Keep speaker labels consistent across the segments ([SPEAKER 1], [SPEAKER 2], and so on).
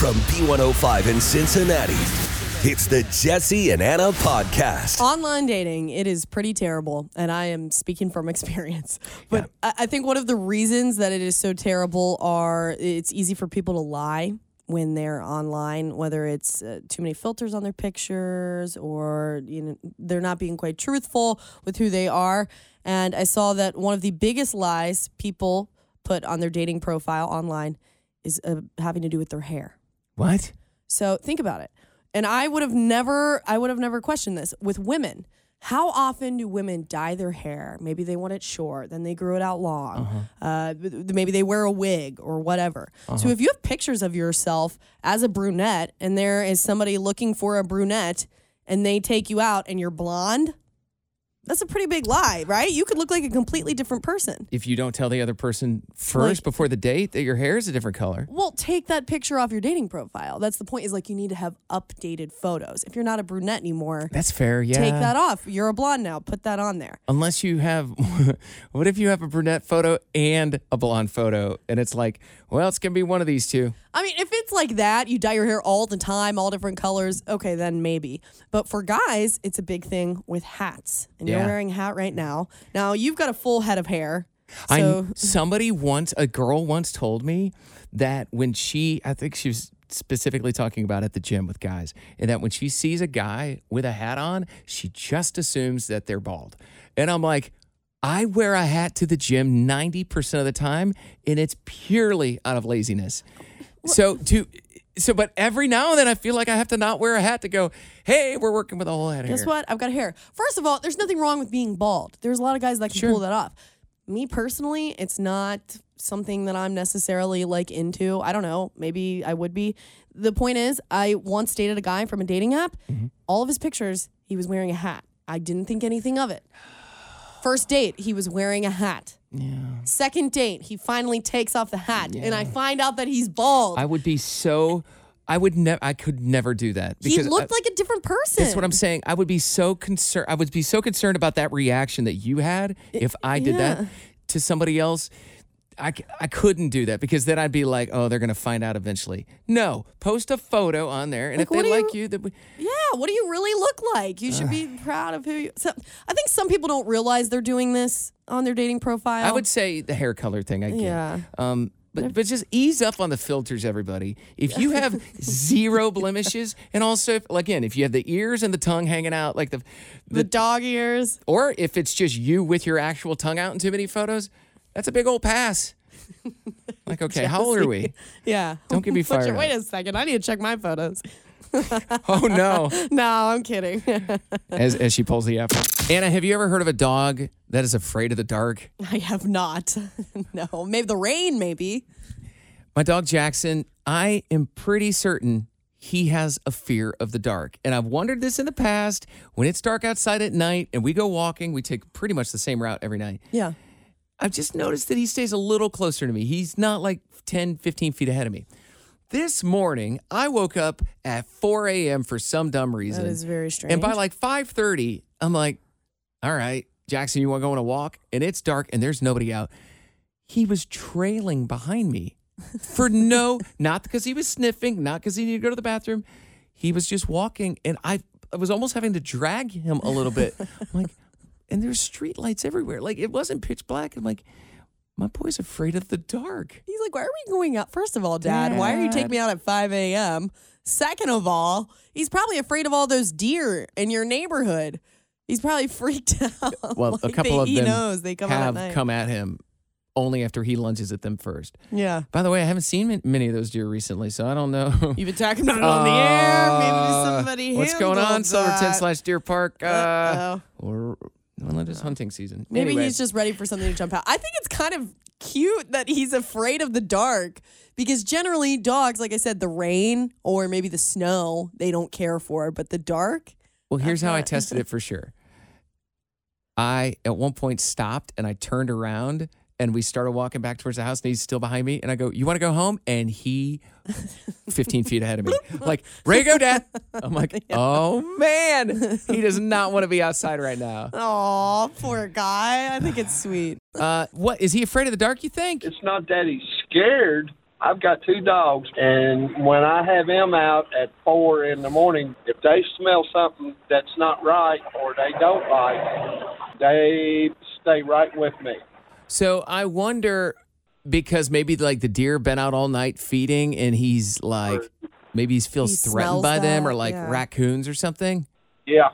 [SPEAKER 1] From B105 in Cincinnati, it's the Jesse and Anna podcast.
[SPEAKER 2] Online dating, it is pretty terrible, and I am speaking from experience. But I, I think one of the reasons that it is so terrible are it's easy for people to lie when they're online, whether it's uh, too many filters on their pictures or you know they're not being quite truthful with who they are. And I saw that one of the biggest lies people put on their dating profile online is uh, having to do with their hair.
[SPEAKER 3] What?
[SPEAKER 2] So think about it. And I would have never I would have never questioned this with women. How often do women dye their hair? Maybe they want it short, then they grew it out long. uh maybe they wear a wig or whatever. So if you have pictures of yourself as a brunette and there is somebody looking for a brunette and they take you out and you're blonde, that's a pretty big lie, right? You could look like a completely different person.
[SPEAKER 3] If you don't tell the other person first
[SPEAKER 2] Like-
[SPEAKER 3] before the date that your hair is a different color.
[SPEAKER 2] Well, take that picture off your dating profile. That's the point is like you need to have updated photos. If you're not a brunette anymore,
[SPEAKER 3] That's fair, yeah.
[SPEAKER 2] Take that off. You're a blonde now. Put that on there.
[SPEAKER 3] Unless you have, what if you have a brunette photo and a blonde photo, and it's like, well, it's gonna be one of these two.
[SPEAKER 2] I mean, if it's like that, you dye your hair all the time, all different colors, okay, then maybe. But for guys, it's a big thing with hats. And you're
[SPEAKER 3] Yeah.
[SPEAKER 2] wearing a hat right now. Now, you've got a full head of hair.
[SPEAKER 3] I
[SPEAKER 2] So,
[SPEAKER 3] somebody once a girl once told me that when she I think she was specifically talking about at the gym with guys and that when she sees a guy with a hat on she just assumes that they're bald. And I'm like I wear a hat to the gym 90% of the time and it's purely out of laziness. So to so but every now and then I feel like I have to not wear a hat to go, "Hey, we're working with a whole head of
[SPEAKER 2] guess
[SPEAKER 3] hair."
[SPEAKER 2] what? I've got hair. First of all, there's nothing wrong with being bald. There's a lot of guys that can pull that off. Me personally, it's not something that I'm necessarily like into. I don't know. Maybe I would be. The point is, I once dated a guy from a dating app.
[SPEAKER 3] Mm-hmm.
[SPEAKER 2] All of his pictures, he was wearing a hat. I didn't think anything of it. First date, he was wearing a hat. Yeah. Second date, he finally takes off the hat, and I find out that he's bald.
[SPEAKER 3] I would be so I would never I could never do that
[SPEAKER 2] he
[SPEAKER 3] I-
[SPEAKER 2] looked like a different person.
[SPEAKER 3] That's what I'm saying. I would be so concerned. I would be so concerned about that reaction that you had if I did
[SPEAKER 2] yeah.
[SPEAKER 3] that to somebody else. I, c- I couldn't do that because then I'd be like, oh, they're gonna find out eventually. No, post a photo on there, and if
[SPEAKER 2] what
[SPEAKER 3] they
[SPEAKER 2] do
[SPEAKER 3] like you, that we,
[SPEAKER 2] Yeah, what do you really look like? You should be proud of who you. So, I think some people don't realize they're doing this on their dating profile.
[SPEAKER 3] I would say the hair color thing. I get.
[SPEAKER 2] Oh. Yeah.
[SPEAKER 3] Um, but but just ease up on the filters, everybody. If you have zero blemishes, and also if, again, if you have the ears and the tongue hanging out, like the,
[SPEAKER 2] the
[SPEAKER 3] the
[SPEAKER 2] dog ears.
[SPEAKER 3] or if it's just you with your actual tongue out in too many photos, that's a big old pass. like, okay, how old are we?
[SPEAKER 2] Yeah.
[SPEAKER 3] Don't get me
[SPEAKER 2] But
[SPEAKER 3] fired
[SPEAKER 2] Wait a second, I need to check my photos.
[SPEAKER 3] Oh no!
[SPEAKER 2] No, I'm kidding.
[SPEAKER 3] As as she pulls the apple. Anna, have you ever heard of a dog that is afraid of the dark?
[SPEAKER 2] I have not. no, maybe the rain. Maybe
[SPEAKER 3] My dog Jackson, I am pretty certain he has a fear of the dark. And I've wondered this in the past when it's dark outside at night and we go walking, we take pretty much the same route every night.
[SPEAKER 2] yeah.
[SPEAKER 3] I've just noticed that he stays a little closer to me. He's not like 10, 15 feet ahead of me. This morning, I woke up at 4 a.m. for some dumb reason.
[SPEAKER 2] is very strange.
[SPEAKER 3] And by like 5.30, I'm like, all right, Jackson, you want to go on a walk? And it's dark and there's nobody out. He was trailing behind me for no, not because he was sniffing, not because he needed to go to the bathroom. He was just walking and I, I was almost having to drag him a little bit. I'm like, and there's streetlights everywhere. Like it wasn't pitch black. I'm like, my boy's afraid of the dark.
[SPEAKER 2] He's like, why are we going out? First of all, Dad, why are you taking me out at 5 a.m.? Second of all, he's probably afraid of all those deer in your neighborhood. He's probably freaked out.
[SPEAKER 3] Well,
[SPEAKER 2] Like,
[SPEAKER 3] a
[SPEAKER 2] they-
[SPEAKER 3] couple of
[SPEAKER 2] he
[SPEAKER 3] them
[SPEAKER 2] knows they come out at
[SPEAKER 3] have
[SPEAKER 2] night.
[SPEAKER 3] come at him only after he lunges at them first.
[SPEAKER 2] Yeah.
[SPEAKER 3] By the way, I haven't seen ma- many of those deer recently, so I don't know.
[SPEAKER 2] You've been talking about it on the air. Maybe
[SPEAKER 3] Uh,
[SPEAKER 2] somebody
[SPEAKER 3] What's going on,
[SPEAKER 2] handled
[SPEAKER 3] Silverton
[SPEAKER 2] that.
[SPEAKER 3] slash Deer Park? Uh,
[SPEAKER 2] Uh-oh.
[SPEAKER 3] or- Well, it is hunting season.
[SPEAKER 2] Maybe
[SPEAKER 3] Anyway.
[SPEAKER 2] he's just ready for something to jump out. I think it's kind of cute that he's afraid of the dark because generally dogs, like I said, the rain or maybe the snow, they don't care for, but the dark,
[SPEAKER 3] Well, here's how I
[SPEAKER 2] not-
[SPEAKER 3] tested it for sure. I at one point stopped and I turned around and we started walking back towards the house and he's still behind me and I go, "You want to go home?" And he, 15 feet ahead of me, like ready to go, Dad. I'm like, "Oh man, he does not want to be outside right now."
[SPEAKER 2] oh, poor guy. I think it's sweet.
[SPEAKER 3] Uh, what is he afraid of the dark? You think?
[SPEAKER 4] It's not that he's scared. I've got two dogs, and when I have them out at four in the morning, if they smell something that's not right or they don't like, they stay right with me.
[SPEAKER 3] So I wonder because maybe like the deer been out all night feeding and he's like maybe he feels
[SPEAKER 2] He
[SPEAKER 3] threatened
[SPEAKER 2] smells
[SPEAKER 3] by them or
[SPEAKER 2] that,
[SPEAKER 3] like
[SPEAKER 2] yeah.
[SPEAKER 3] raccoons or something.
[SPEAKER 4] Yeah,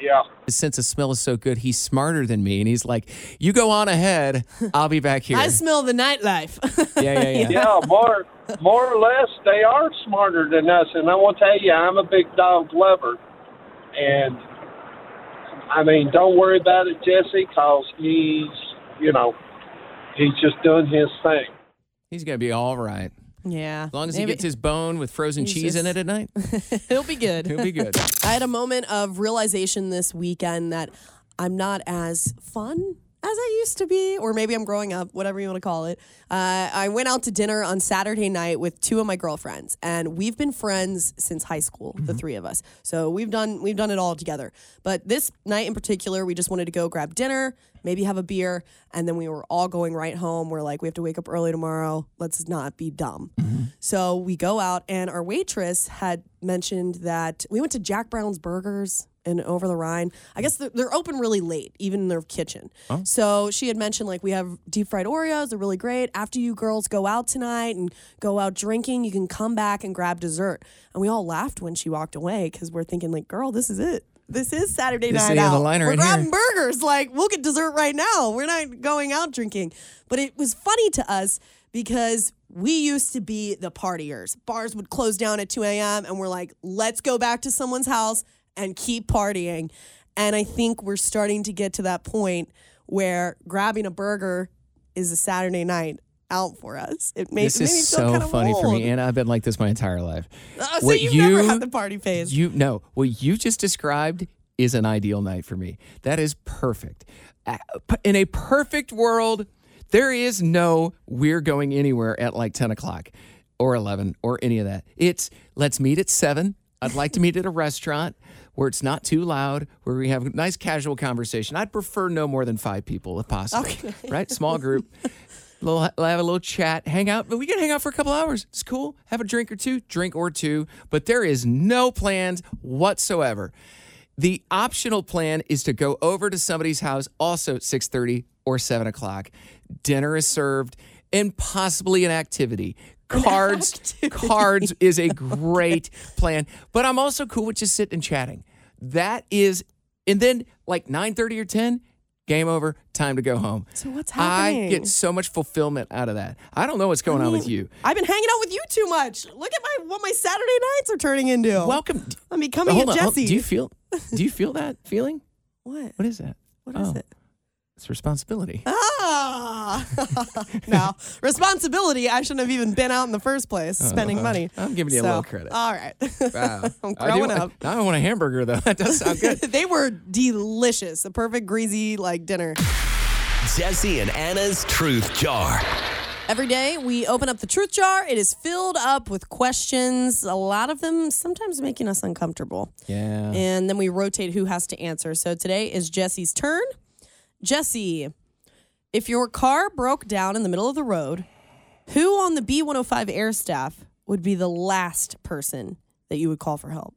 [SPEAKER 4] yeah.
[SPEAKER 3] his sense of smell is so good. He's smarter than me, and he's like, "You go on ahead. I'll be back here."
[SPEAKER 2] I smell the nightlife.
[SPEAKER 3] yeah, yeah, yeah.
[SPEAKER 4] Yeah, more more or less, they are smarter than us. And I will tell you, I'm a big dog lover, and I mean, don't worry about it, Jesse, 'cause he's you know he's just doing his thing.
[SPEAKER 3] He's gonna be all right
[SPEAKER 2] yeah.
[SPEAKER 3] as long as
[SPEAKER 2] Maybe-
[SPEAKER 3] he gets his bone with frozen
[SPEAKER 2] He's
[SPEAKER 3] cheese in it
[SPEAKER 2] just-
[SPEAKER 3] at night.
[SPEAKER 2] It'll be good.
[SPEAKER 3] He'll be good.
[SPEAKER 2] I had a moment of realization this weekend that I'm not as fun as I used to be, or maybe I'm growing up, whatever you want to call it. Uh, I went out to dinner on Saturday night with two of my girlfriends, and we've been friends since high school, the three of us. So we've done we've done it all together. But this night in particular, we just wanted to go grab dinner, maybe have a beer, and then we were all going right home. We're like, we have to wake up early tomorrow. Let's not be dumb.
[SPEAKER 3] Mm-hmm.
[SPEAKER 2] So we go out, and our waitress had mentioned that we went to Jack Brown's Burgers in Over the Rhine. I guess they're, they're open really late, even in their kitchen.
[SPEAKER 3] Oh.
[SPEAKER 2] So she had mentioned, like, we have deep fried Oreos, they're really great. After you girls go out tonight and go out drinking, you can come back and grab dessert. And we all laughed when she walked away because we're thinking, like, girl, this is it. This is Saturday
[SPEAKER 3] This is
[SPEAKER 2] night
[SPEAKER 3] the end of
[SPEAKER 2] out.
[SPEAKER 3] the line
[SPEAKER 2] we're
[SPEAKER 3] right here.
[SPEAKER 2] grabbing burgers. Like, we'll get dessert right now. We're not going out drinking. But it was funny to us because we used to be the partiers. Bars would close down at 2 a.m. and we're like, let's go back to someone's house and keep partying. And I think we're starting to get to that point where grabbing a burger is a Saturday night out for us. It made,
[SPEAKER 3] this
[SPEAKER 2] it made me
[SPEAKER 3] is
[SPEAKER 2] feel
[SPEAKER 3] so
[SPEAKER 2] kind of
[SPEAKER 3] funny for
[SPEAKER 2] old.
[SPEAKER 3] me, and I've been like this my entire life.
[SPEAKER 2] Oh, so
[SPEAKER 3] What
[SPEAKER 2] you've never
[SPEAKER 3] you-
[SPEAKER 2] had the party phase.
[SPEAKER 3] You no, what you just described is an ideal night for me. That is perfect. Uh, In a perfect world, there is no we're going anywhere at like ten o'clock or eleven or any of that. It's let's meet at seven. I'd like to meet at a restaurant where it's not too loud, where we have a nice casual conversation. I'd prefer no more than five people if possible. Right? Small group. little, have a little chat, hang out. But we can hang out for a couple hours. It's cool. Have a drink or two, drink or two. But there is no plans whatsoever. The optional plan is to go over to somebody's house, also at six thirty or seven o'clock. Dinner is served, and possibly an activity. Cards, cards is a great plan. But I'm also cool with just sitting and chatting. That is, and then like nine thirty or ten, game over. Time to go home.
[SPEAKER 2] So what's
[SPEAKER 3] I
[SPEAKER 2] happening?
[SPEAKER 3] get so much fulfillment out of that. I don't know what's going on with you.
[SPEAKER 2] I've been hanging out with you too much. Look at my what my Saturday nights are turning into.
[SPEAKER 3] Welcome.
[SPEAKER 2] I'm becoming
[SPEAKER 3] Hold
[SPEAKER 2] a
[SPEAKER 3] on, hold-
[SPEAKER 2] Jesse.
[SPEAKER 3] do you feel? Do you feel that feeling?
[SPEAKER 2] what?
[SPEAKER 3] What is that?
[SPEAKER 2] What is
[SPEAKER 3] Oh,
[SPEAKER 2] it?
[SPEAKER 3] It's responsibility.
[SPEAKER 2] Ah, now responsibility. I shouldn't have even been out in the first place spending money.
[SPEAKER 3] I'm giving you a
[SPEAKER 2] So,
[SPEAKER 3] little credit.
[SPEAKER 2] All right.
[SPEAKER 3] Wow.
[SPEAKER 2] I'm
[SPEAKER 3] I do
[SPEAKER 2] growing
[SPEAKER 3] want-
[SPEAKER 2] up.
[SPEAKER 3] Now I want a hamburger though. That does sound good.
[SPEAKER 2] they were delicious. A perfect greasy like dinner.
[SPEAKER 1] Jesse and Anna's Truth Jar.
[SPEAKER 2] Every day we open up the truth jar. It is filled up with questions, a lot of them sometimes making us uncomfortable.
[SPEAKER 3] Yeah.
[SPEAKER 2] And then we rotate who has to answer. So today is Jesse's turn. Jesse, if your car broke down in the middle of the road, who on the B105 air staff would be the last person that you would call for help?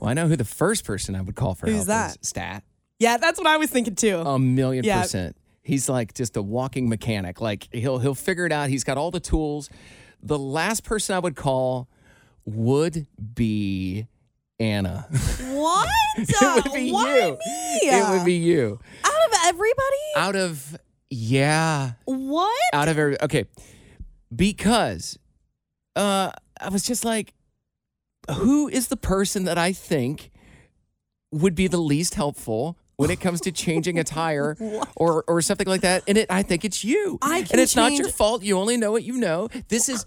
[SPEAKER 3] Well, I know who the first person I would call for
[SPEAKER 2] Who's
[SPEAKER 3] help is.
[SPEAKER 2] that?
[SPEAKER 3] Stat.
[SPEAKER 2] Yeah, that's what I was thinking too.
[SPEAKER 3] A million
[SPEAKER 2] Yeah.
[SPEAKER 3] percent. He's like just a walking mechanic. Like he'll he'll figure it out. He's got all the tools. The last person I would call would be Anna.
[SPEAKER 2] what?
[SPEAKER 3] it would be
[SPEAKER 2] Why
[SPEAKER 3] you.
[SPEAKER 2] me?
[SPEAKER 3] It would be you.
[SPEAKER 2] out of everybody.
[SPEAKER 3] Out of yeah,
[SPEAKER 2] What?
[SPEAKER 3] out of every okay, because uh, I was just like, who is the person that I think would be the least helpful when it comes to changing a tire or or something like that. And it, I think it's you.
[SPEAKER 2] I can
[SPEAKER 3] and it's not your
[SPEAKER 2] change-
[SPEAKER 3] fault. You only know what you know. This is